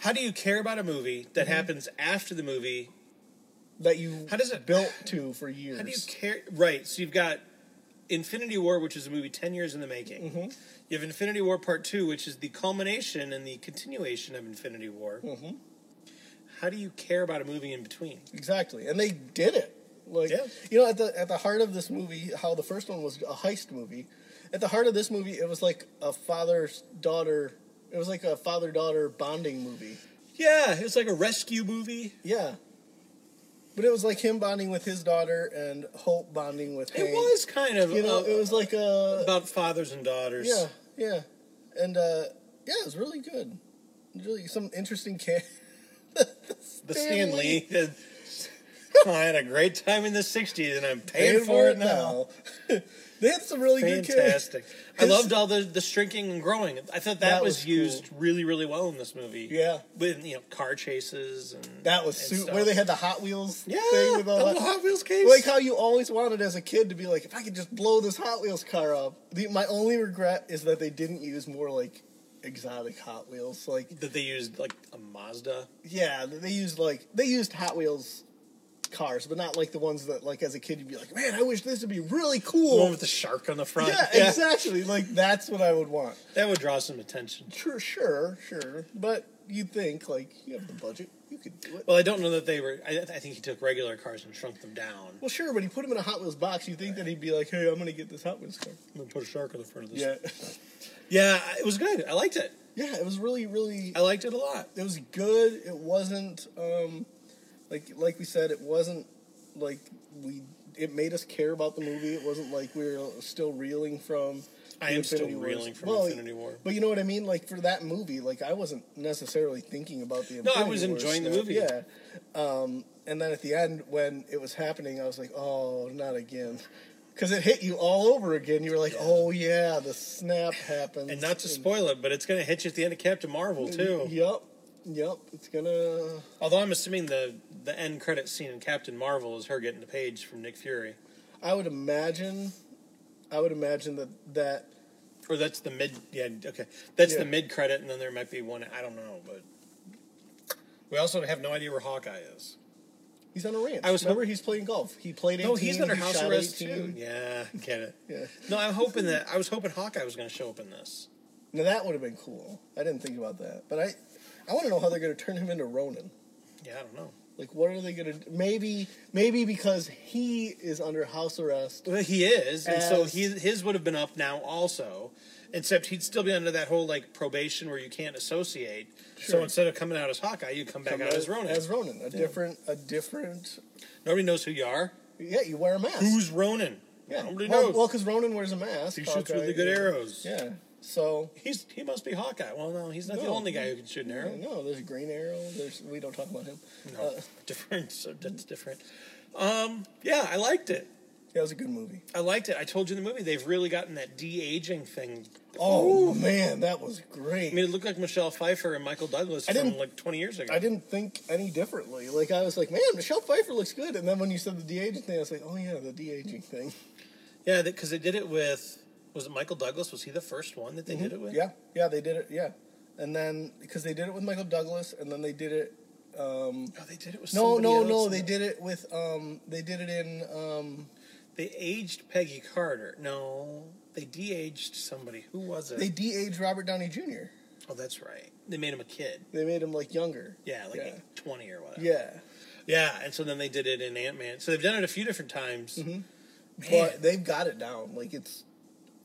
How do you care about a movie that Mm-hmm. happens after the movie that you How does it- built to for years? How do you care? Right. So you've got Infinity War, which is a movie 10 years in the making. You have Infinity War Part 2, which is the culmination and the continuation of Infinity War. How do you care about a movie in between? Exactly, and they did it. Like Yeah. you know, at the at the heart of this movie, how the first one was a heist movie, at the heart of this movie, it was like a father daughter. It was like a father daughter bonding movie. Yeah, it's like a rescue movie. Yeah, but it was like him bonding with his daughter and Hope bonding with. It Hank. was kind of You know, uh, it was like a about fathers and daughters. yeah, yeah, and uh, yeah, it was really good. Really, some interesting ca- The Stan Stanley. I had a great time in the 60s, and I'm paying, for, it now. now. they had some really good characters. Fantastic. I His- loved all the the shrinking and growing. I thought that, That was, was used really, really well in this movie. Yeah. With you know, car chases and That was and super. stuff. Where they had the Hot Wheels yeah, thing with the all little that. Hot Wheels case. Like how you always wanted as a kid to be like, if I could just blow this Hot Wheels car up. The, my only regret is that they didn't use more like exotic Hot Wheels. Like, that they used like a Mazda. yeah, they used like they used Hot Wheels cars, but not like the ones that like as a kid you'd be like, man, I wish this would be really The cool. one with the shark on the front. yeah, exactly. Like that's what I would want. That would draw some attention. Sure, sure, sure. But you think like you have the budget, you could do it. Well, I don't know that they were. I, I think he took regular cars and shrunk them down. Well, sure, but he put him in a Hot Wheels box. You think that he'd be like, "Hey, I'm gonna get this Hot Wheels car." I'm gonna put a shark on the front of this. Yeah, yeah, it was good. I liked it. yeah. It was really, really. I liked it a lot. It was good. It wasn't um, like like we said. It wasn't like we. It made us care about the movie. It wasn't like we were still reeling from. I the am still Infinity Wars. reeling from Well, Infinity War. But you know what I mean? Like for that movie, like I wasn't necessarily thinking about the No, I Infinity was War enjoying the stuff. movie. Yeah. Um, and then at the end when it was happening, I was like, "Oh, not again." Cuz it hit you all over again. You were like, "Oh yeah, the snap happened." And not to spoil it, but it's going to hit you at the end of Captain Marvel too. Yep. Yep, it's going to Although I'm assuming the the end credit scene in Captain Marvel is her getting the page from Nick Fury, I would imagine I would imagine that that or that's the mid. Yeah, okay, that's Yeah. the mid credit, and then there might be one. I don't know, but we also have no idea where Hawkeye is. he's on a ranch. I was remember hop- he's playing golf. He played 18, No, he's under he house shot arrest 18. too. Yeah, get it. Yeah. No, I'm hoping that I was hoping Hawkeye was going to show up in this. Now that would have been cool. I didn't think about that, but I, I want to know how they're going to turn him into Ronin. Yeah, I don't know. Like, what are they going to? Maybe, maybe because he is under house arrest. Well, he is, and so As- he, his would have been up now also, except he'd still be under that whole like probation where you can't associate. So Sure. instead of coming out as Hawkeye, you come back out as Ronin. As Ronin, a different, a different. Nobody knows who you are. Yeah, you wear a mask. Who's Ronin? yeah. Nobody Well, knows. well, because Ronin wears a mask. he shoots really Hawkeye, good yeah. arrows. Yeah. So He's he must be Hawkeye. Well, no, he's not the No. only guy who can shoot an arrow. no, there's a Green Arrow. There's we don't talk about him. No, Uh, different. So that's different. Um, yeah, I liked it. that was a good movie. I liked it. I told you in the movie they've really gotten that de aging thing. Oh man, that was I mean, great. it looked like Michelle Pfeiffer and Michael Douglas I from didn't- like twenty years ago. I didn't think any differently. Like I was like, man, Michelle Pfeiffer looks good. And then when you said the de aging thing, I was like, oh yeah, the de aging thing. Yeah, because they did it with was it Michael Douglas? Was he the first one that they did it with? Mm-hmm. Yeah, yeah, they did it. Yeah, and then because they did it with Michael Douglas, and then they did it. No, they did it with No, somebody no, else. no, they did it with. Um, they did it in. Um, They aged Peggy Carter. No, they de-aged somebody. Who was it? they de aged Robert Downey Jr. oh, that's right. They made him a kid. They made him like younger. Yeah, like Yeah. twenty or whatever. Yeah, yeah. And so then they did it in Ant Man. So they've done it a few different times. Man. but they've got it down. Like it's,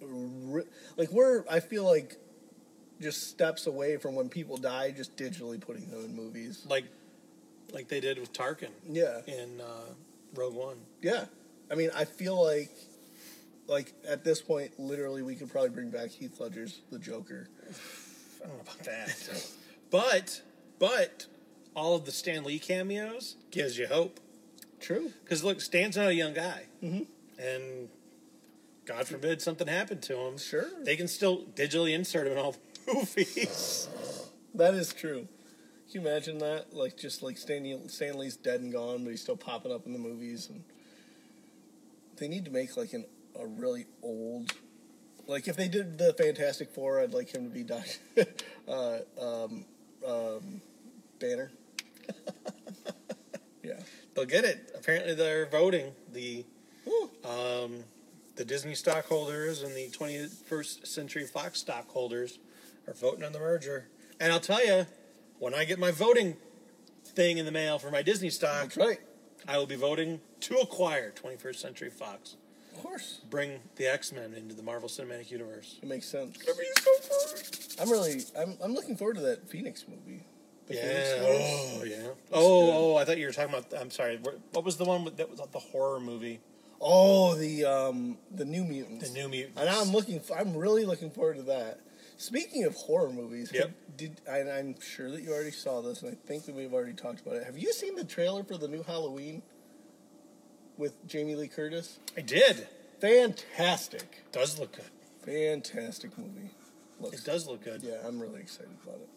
ri- like we're. I feel like, just steps away from when people die, just digitally putting them in movies. like, like they did with Tarkin Yeah, in uh, Rogue One. yeah. I mean, I feel like, like at this point, literally, we could probably bring back Heath Ledger's The Joker. I don't know about that. but, but all of the Stan Lee cameos gives you hope. True. Because look, Stan's not a young guy, and God forbid something happened to him. Sure. they can still digitally insert him in all the movies. That is true. Can you imagine that? Like just like Stan, Stan Lee's dead and gone, but he's still popping up in the movies. And they need to make like an a really old, like if they did the Fantastic Four, I'd like him to be Doc, uh, um, um, Banner. yeah. They'll get it. Apparently, they're voting the Woo. um, the Disney stockholders and the 21st Century Fox stockholders are voting on the merger. And I'll tell you, when I get my voting thing in the mail for my Disney stock, That's right. I will be voting to acquire 21st Century Fox. Of course, Bring the X Men into the Marvel Cinematic Universe. it makes sense. That'd be so fun. I'm really, I'm, I'm looking forward to that Phoenix movie. The Phoenix Yeah. Wars. Oh, yeah. Oh, oh, I thought you were talking about. I'm sorry. What what was the one with, that was the horror movie? Oh, the um, the New Mutants. The New Mutants. And I'm looking. I'm really looking forward to that. Speaking of horror movies, Yep. Did and I'm sure that you already saw this, and I think that we've already talked about it. Have you seen the trailer for the new Halloween with Jamie Lee Curtis? I did. Fantastic, Does look good. fantastic movie. It Looks. does look good. Yeah, I'm really excited about it.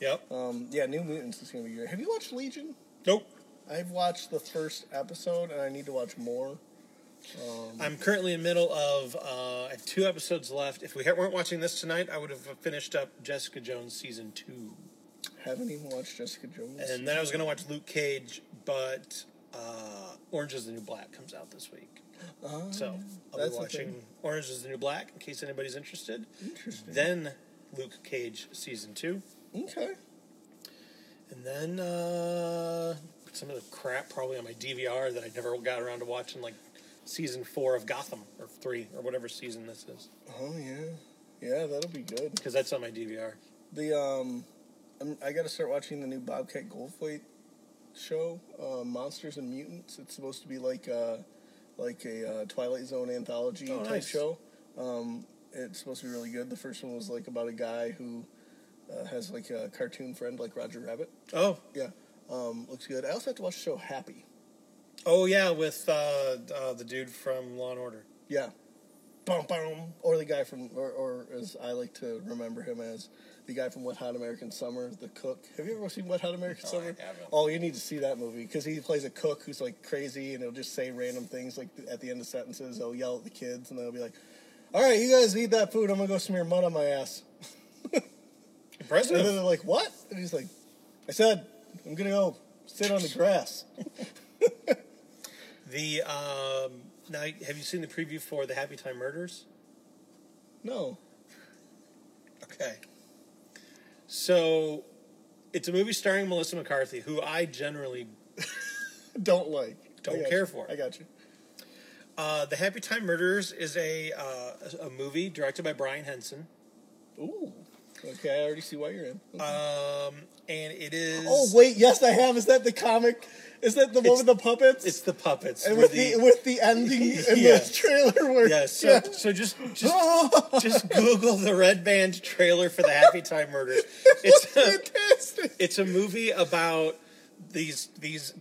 Yep. Um, yeah, New Mutants is gonna be great. Have you watched Legion? Nope. I've watched the first episode, and I need to watch more. I'm currently in the middle of uh, I have two episodes left. If we ha- weren't watching this tonight, I would have finished up Jessica Jones season two, Haven't even watched Jessica Jones. and then I was going to watch Luke Cage, but uh, Orange Is the New Black comes out this week, Ah, so I'll that's be the watching thing. Orange Is the New Black in case anybody's interested. Interesting. Then Luke Cage season two. okay. And then uh, some of the crap probably on my DVR that I never got around to watching, like season four of Gotham or three or whatever season this is, Oh yeah, yeah, that'll be good. because that's on my DVR. The um, I'm, I got to start watching the new Bobcat Goldthwait show, uh, Monsters and Mutants. It's supposed to be like a like a uh, Twilight Zone anthology Oh, type nice. show. Um, it's supposed to be really good. The first one was like about a guy who uh, has like a cartoon friend like Roger Rabbit. Oh, Yeah, um, looks good. I also have to watch the show Happy. oh yeah, with uh, uh, the dude from Law and Order. Yeah. Bum, bum. Or the guy from, or, or as I like to remember him as, the guy from Wet Hot American Summer, the cook. Have you ever seen Wet Hot American No, I Summer? haven't. Oh, you need to see that movie because he plays a cook who's like crazy and he'll just say random things like at the end of sentences. He'll yell at the kids and they'll be like, all right, you guys eat that food. I'm going to go smear mud on my ass. And then Impressive. they're like, what? And he's like, I said, I'm going to go sit on the grass. the um, now have you seen the preview for the Happy Time Murders? No. Okay. So It's a movie starring Melissa McCarthy, who I generally Don't like. Don't I got care you. for. I got you. Uh, the Happy Time Murders is a uh, a movie directed by Brian Henson, Ooh. Okay, I already see why you're in. Uh, and it is oh wait, yes, I have. Is that the comic? Is that the one with the puppets? it's the puppets and were with the, with the ending in Yeah. the trailer where yeah. So so just just just Google the Red Band trailer for the Happy Time Murders. It's a, fantastic. it's a movie about these these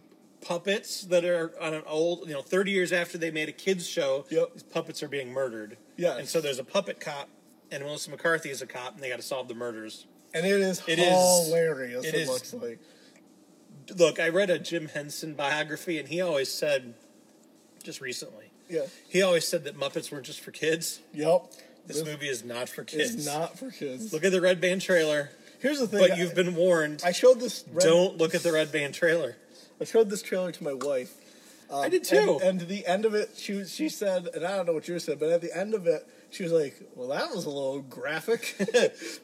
puppets that are on an old you know 30 years after they made a kids show Yep. these puppets are being murdered Yes. and so there's a puppet cop and melissa mccarthy is a cop and they got to solve the murders And it is It is- hilarious. it It, is- looks like look i read a jim henson biography and he always said just recently yeah. he always said that muppets weren't just for kids Yep. this, movie is not for is kids not for kids. look at the red band trailer Here's the thing. but you've I, been warned I showed this. Red, don't look at the red band trailer I showed this trailer to my wife. um, i did too And, and to the end of it, she she said, and I don't know what yours said, but at the end of it, she was like, "Well, that was a little graphic."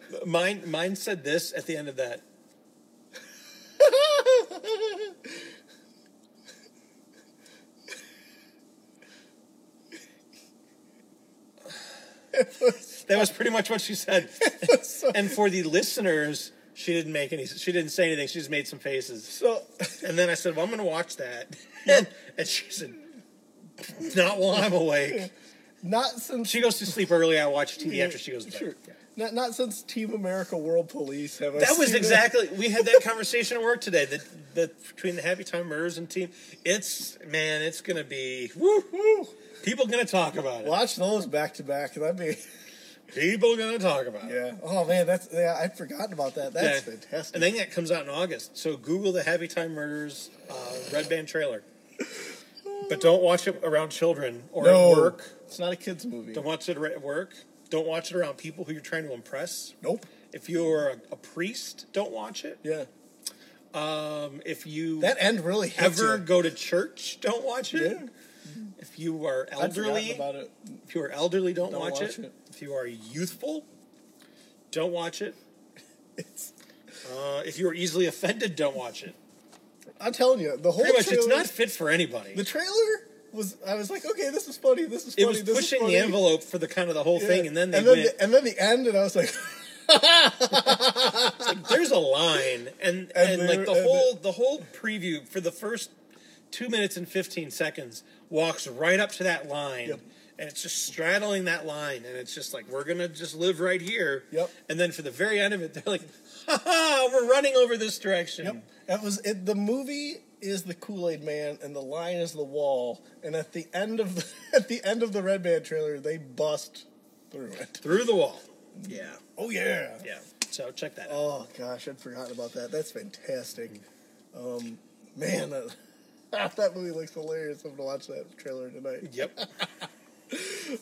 Mine, mine said this at the end of that. that was pretty much what she said. and for the listeners, she didn't make any. She didn't say anything. She just made some faces. so And then I said, "Well, I'm going to watch that." and, she said, "Not while I'm awake." not since She goes to sleep early. I watch TV after she goes to bed. Sure. Yeah. Not not since Team America World Police have I. That was seen exactly we had that conversation at work today. That that between the Happy Time Murders and team, it's man, it's gonna be woo woo. People gonna talk about it. Watch those back to back. That'd be People gonna talk about it. yeah. Oh man, that's yeah. I'd forgotten about that. That's Yeah. fantastic. And then that comes out in August. So Google the Happy Time Murders uh, Red Band trailer. But don't watch it around children or no at work. It's not a kids movie. Don't watch it at work. Don't watch it around people who you're trying to impress. Nope. If you're a, a priest, don't watch it. Yeah. Um, if you That end really hits ever you. go to church, don't watch it. Yeah. If you are I'd forgotten elderly, about it. if you are elderly, don't, Don't watch, watch it. it. If you are youthful, don't watch it. It's, Uh, if you are easily offended, don't watch it. I'm telling you, the whole Pretty much, trailer, it's not fit for anybody. the trailer was. I was like, okay, this is funny. This is funny. it was this is pushing funny. the envelope for the kind of the whole Yeah. thing, and then they and then went. the, and then the end, and I was like, There's a line, and and, And like there- the and whole the whole preview for the first two minutes and fifteen seconds walks right up to that line, Yep. and it's just straddling that line, and it's just like we're gonna just live right here. Yep. And then for the very end of it, they're like, "Ha ha, we're running over this direction." Yep. That was it. The movie is the Kool Aid Man, and the line is the wall. And at the end of the at the end of the Red Band trailer, they bust through it. Through the wall. Yeah. Oh yeah. Yeah. So check that out. Oh gosh, I'd forgotten about that. That's fantastic. Um, man, that, that movie looks hilarious. I'm gonna watch that trailer tonight. Yep.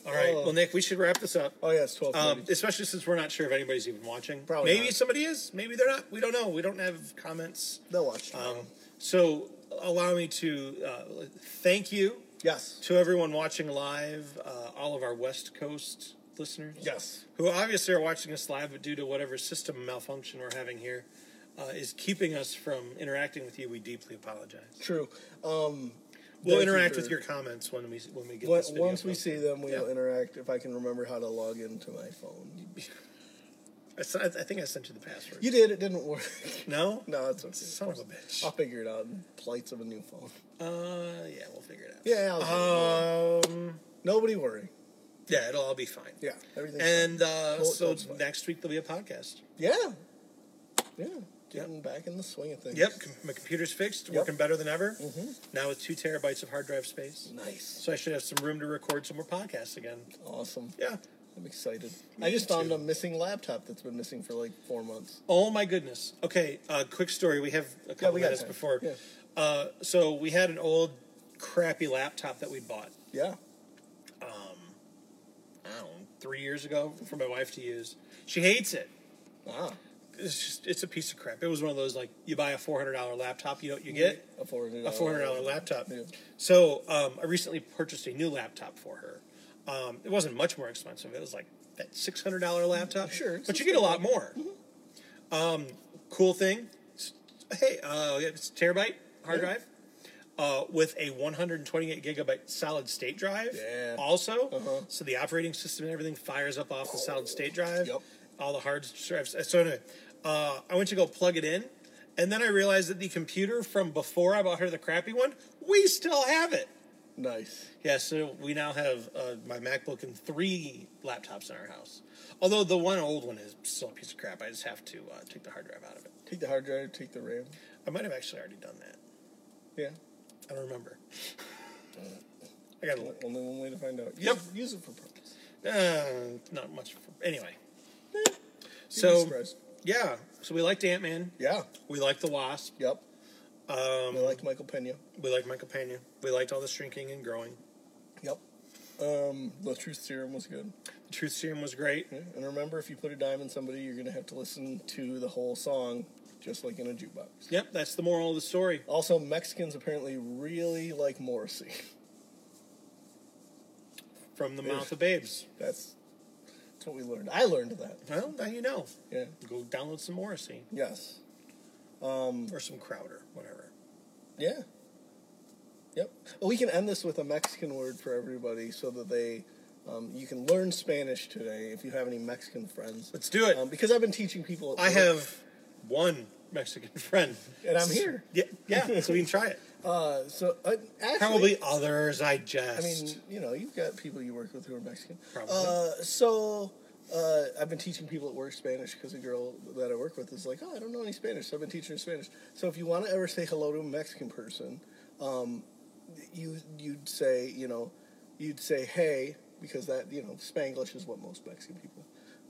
All right. Oh. Well, Nick, we should wrap this up. Oh yeah, it's twelve Um, thirty. especially since we're not sure if anybody's even watching. Probably Maybe not. somebody is. Maybe they're not. We don't know. We don't have comments. They'll watch. it. Um, so allow me to uh, thank you yes. to everyone watching live, uh, all of our West Coast listeners. Yes. Who obviously are watching us live, but due to whatever system malfunction we're having here, uh, is keeping us from interacting with you. We deeply apologize. True. Um, We'll thank you interact for- with your comments when we when we get what- this video once we posted. see them, we'll Yeah. interact. If I can remember how to log into my phone, I, s- I think I sent you the password. you did. It didn't work. no, No, Uh, it's okay. son of a bitch. I'll figure it out. in Plights of a new phone. Uh, yeah, we'll figure it out. Yeah, I'll Um, Nobody worry. yeah, it'll all be fine. Yeah, everything's And uh, Well, so that's fine. next week there'll be a podcast. fine. yeah, yeah, getting back in the swing of things. Yep, com- my computer's fixed, working better than ever. Mm-hmm. Now with two terabytes of hard drive space, Nice. so I should have some room to record some more podcasts again. Awesome. Yeah. I'm excited. Me I just found too. a missing laptop that's been missing for like four months. Oh my goodness. Okay. Uh, quick story. We have a couple we got minutes time. before. Yeah. Uh, so we had an old crappy laptop that we bought. Yeah. I don't know, three years ago for my wife to use. She hates it. Wow. It's just it's a piece of crap. It was one of those like you buy a four hundred dollar laptop, you know what you get? A four hundred. A four hundred dollar laptop. Yeah. So um, I recently purchased a new laptop for her. Um, it wasn't much more expensive. It was like that six hundred dollar laptop. Sure, it's Mm-hmm. but you get a lot more. Um, cool thing. hey, uh, it's terabyte hard Yeah. drive uh, with a 128 gigabyte solid state drive. Yeah. Also, Uh-huh. so the operating system and everything fires up off the solid state drive. Yep. All the hard drives. So anyway, uh, I went to go plug it in, and then I realized that the computer from before I bought her the crappy one, we still have it. Nice. Yeah, so we now have uh, my MacBook and three laptops in our house. Although the one old one is still a piece of crap. I just have to uh, take the hard drive out of it. Take the hard drive, take the RAM. I might have actually already done that. Yeah. I don't remember. I gotta look. Only one way to find out. Use, Yep. use it for purpose. Uh, not much. For, anyway. You'd be So, surprised. yeah. So we liked Ant Man. yeah. We liked The Wasp. Yep. Um, I like Michael Pena. we liked Michael Pena. We liked all the shrinking and growing. Yep. Um, the Truth Serum was good. The Truth Serum was great. Yeah. And remember, if you put a dime in somebody, you're going to have to listen to the whole song, just like in a jukebox. Yep, that's the moral of the story. Also, Mexicans apparently really like Morrissey. From the mouth of babes. That's that's what we learned. I learned that. Well, now you know. Yeah. Go download some Morrissey Yes. or some Crowder, whatever. Yeah. Yep. Well, we can end this with a Mexican word for everybody, so that they, um, you can learn Spanish today if you have any Mexican friends. Let's do it. Um, because I've been teaching people. at I work, have one Mexican friend, and I'm here. Yeah, yeah. So we can try it. Uh, so uh, actually, Probably others. I just. I mean, you know, you've got people you work with who are Mexican. Probably. Uh, so uh, I've been teaching people at work Spanish because a girl that I work with is like, oh, I don't know any Spanish, so I've been teaching her Spanish. So if you want to ever say hello to a Mexican person, um, you you'd say, you know, you'd say hey because that you know Spanglish is what most Mexican people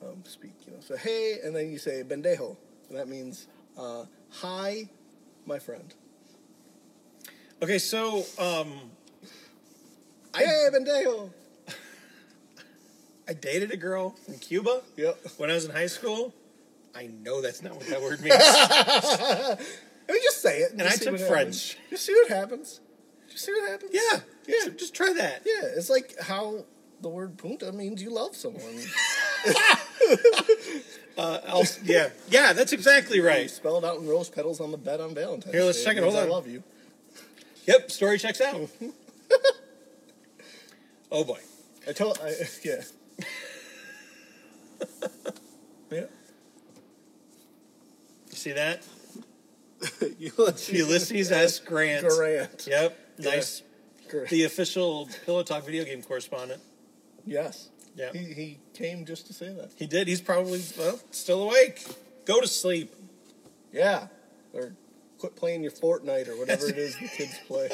um, speak. You know, so hey, and then you say bendejo, and that means uh, hi, my friend. okay. So um, hey, bendejo. I dated a girl from Cuba Yep. when I was in high school. I know that's not what that word means. I mean, just say it. And I took French. Happens. Just see what happens. Just see what happens. yeah. Yeah. So just try that. Yeah, it's like how the word punta means you love someone. Uh, I'll, yeah. Yeah. That's exactly right. Spelled out in rose petals on the bed on Valentine's Here, let's Day. check it. means Hold I on. love you. Yep. Story checks out. oh boy. I told. I, yeah. yeah. You see that? Ulysses Ulysses S. Grant. Grant. Yep. Nice. Grant. The official Pillow Talk video game correspondent. yes. Yeah. He, he came just to say that. He did. He's probably well still awake. Go to sleep. Yeah. Or quit playing your Fortnite or whatever it is the kids play.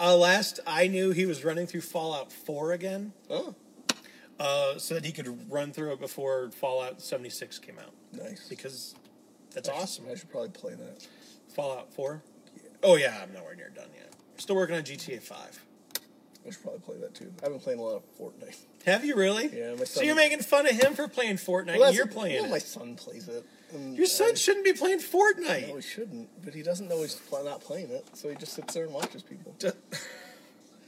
Uh, last I knew, he was running through Fallout Four again, Oh, uh, so that he could run through it before Fallout seventy six came out. nice. Because that's awesome. I should probably play that. Fallout Four. Oh yeah, I'm nowhere near done yet. Still working on GTA Five. I should probably play that too. I've been playing a lot of Fortnite. Have you really? Yeah, my So son- you're making fun of him for playing Fortnite. and that's- you're playing. Well, my it. son plays it. and Your son I- shouldn't be playing No, he Fortnite. shouldn't. But he doesn't know he's pl- not playing it, so he just sits there and watches people. D-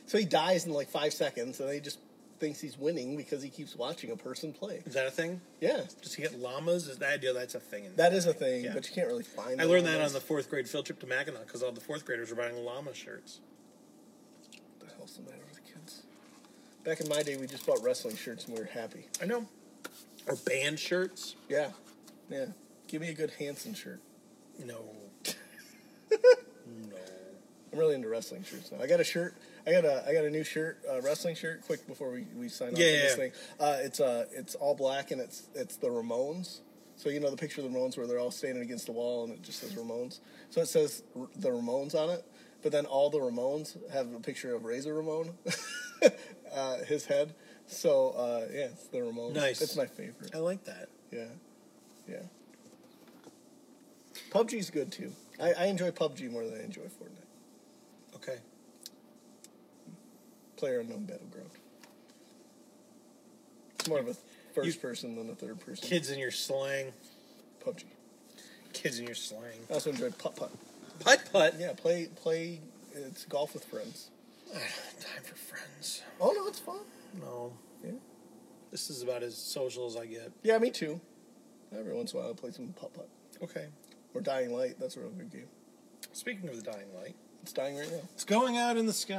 So he dies in like five seconds, and then he just thinks he's winning because he keeps watching a person play. Is that a thing? Yeah, Does he get llamas? Is that idea? That's a thing. In that is a thing, Yeah. but you can't really find. I it learned that on those- the fourth grade field trip to Mackinac because all the fourth graders were buying llama shirts. What the hell's the matter with the kids? Back in my day, we just bought wrestling shirts and we were happy. I know. Or band shirts. Yeah, yeah. Give me a good Hanson shirt. No. no. I'm really into wrestling shirts now. I got a shirt. I got a I got a new shirt, uh, wrestling shirt. Quick before we, we sign off Yeah, on this yeah. thing, uh, it's uh it's all black and it's it's the Ramones. So you know the picture of the Ramones where they're all standing against the wall and it just says Ramones. So it says R- the Ramones on it, but then all the Ramones have a picture of Razor Ramon, uh, his head. So uh, yeah, it's the Ramones. Nice. It's my favorite. I like that. Yeah, yeah. PUBG's good too. I, I enjoy PUBG more than I enjoy Fortnite. Okay. player unknown battleground. It's more of a first You- person than a third person. Kids in your slang. PUBG. Kids in your slang. I also enjoy putt putt. Putt putt. Yeah, play play. It's golf with friends. I don't have time for friends. Oh no, it's fun. No. Yeah. This is about as social as I get. Yeah, me too. Every once in a while, I play some putt putt. Okay. Or Dying Light. That's a real good game. Speaking of the dying light, It's dying right now. it's going out in the sky.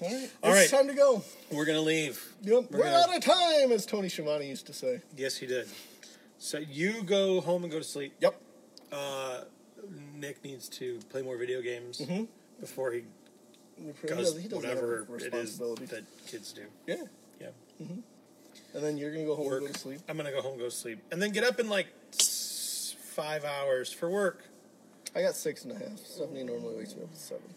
All right. All it's right. time to go. We're gonna leave. Yep. We're, gonna- out of time, as Tony Schiavone used to say. Yes, he did. So you go home and go to sleep. Yep. Uh, Nick needs to play more video games Mhm. before Mm-hmm. he does whatever it is that kids do. yeah. Yeah. And then you're going to go home Work. and go to sleep. I'm gonna go home, and go to sleep, and then get up in like s- five hours for work. I got six and a half. Stephanie normally wakes me up at seven.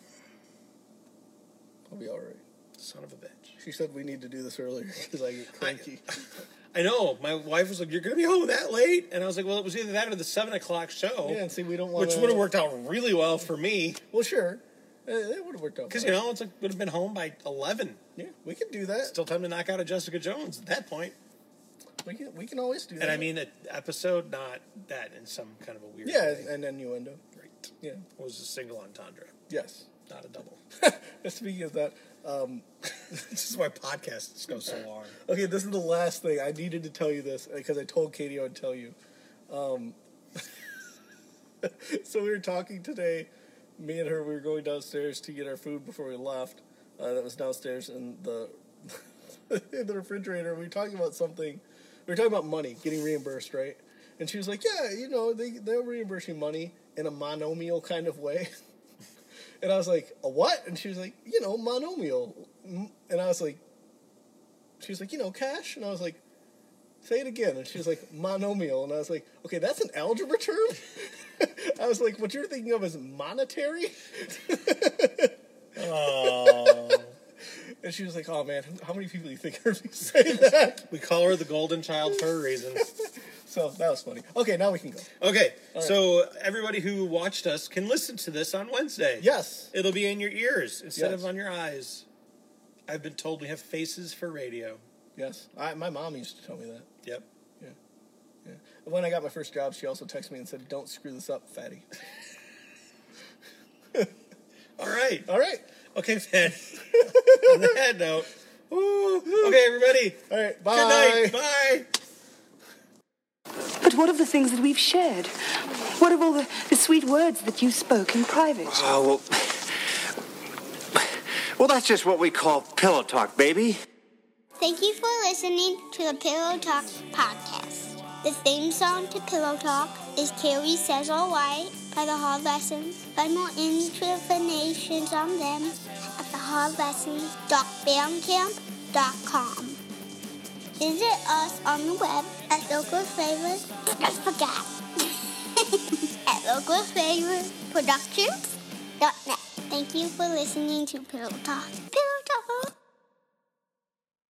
I'll be all right. Son of a bitch. She said we need to do this earlier because I get cranky. I know. My wife was like, "You're gonna be home that late," and I was like, "Well, it was either that or the seven o'clock show." yeah, and see, we don't want Which would have worked out really well for me, Well, sure. Eh, It would have worked out. because you fine. know it's like would have been home by eleven. yeah, we can do that. Still time to knock out a Jessica Jones at that point. We can we can always do that. And I mean an episode, not that in some kind of a weird yeah, way. and innuendo. Right. Yeah. It was a single entendre, Yes. not a double. Speaking of that, um, this is why podcasts go so long. okay, this is the last thing I needed to tell you this because I told Katie I would tell you. Um, so we were talking today, me and her. We were going downstairs to get our food before we left. Uh, that was downstairs in the in the refrigerator. We were talking about something. We were talking about money getting reimbursed, right? And she was like, "Yeah, you know, they they're reimbursing money in a monomial kind of way." and I was like, "A what?" And she was like, "You know, monomial." M- And I was like, she was like, you know, cash, and I was like, say it again, and she was like, monomial, and I was like, okay, that's an algebra term. I was like, what you're thinking of is monetary, and she was like, oh man, how many people do you think heard me say that? we call her the golden child for a reason. So that was funny. Okay, now we can go. Okay, so everybody who watched us can listen to this on Wednesday. Yes, It'll be in your ears instead Yes. of on your eyes. I've been told we have faces for radio. yes. I, my mom used to tell me that. Yep. Yeah, yeah. When I got my first job, she also texted me and said, "Don't screw this up, fatty." All right. All right, Okay, Finn. on that note. Woo. Okay, everybody. all right. Bye. Good night. Bye. But what of the things that we've shared? What of all the, the sweet words that you spoke in private? Oh, well. Well, that's just what we call pillow talk, baby. Thank you for listening to the Pillow Talk podcast. The theme song to Pillow Talk is Carrie Says All Right by The Hard Lessons. Find more information on them at thehardlessons.bandcamp.com. Visit us on the web at localflavors. I forgot. at localflavorsproductions.net. Thank you for listening to Pillow Talk. Pillow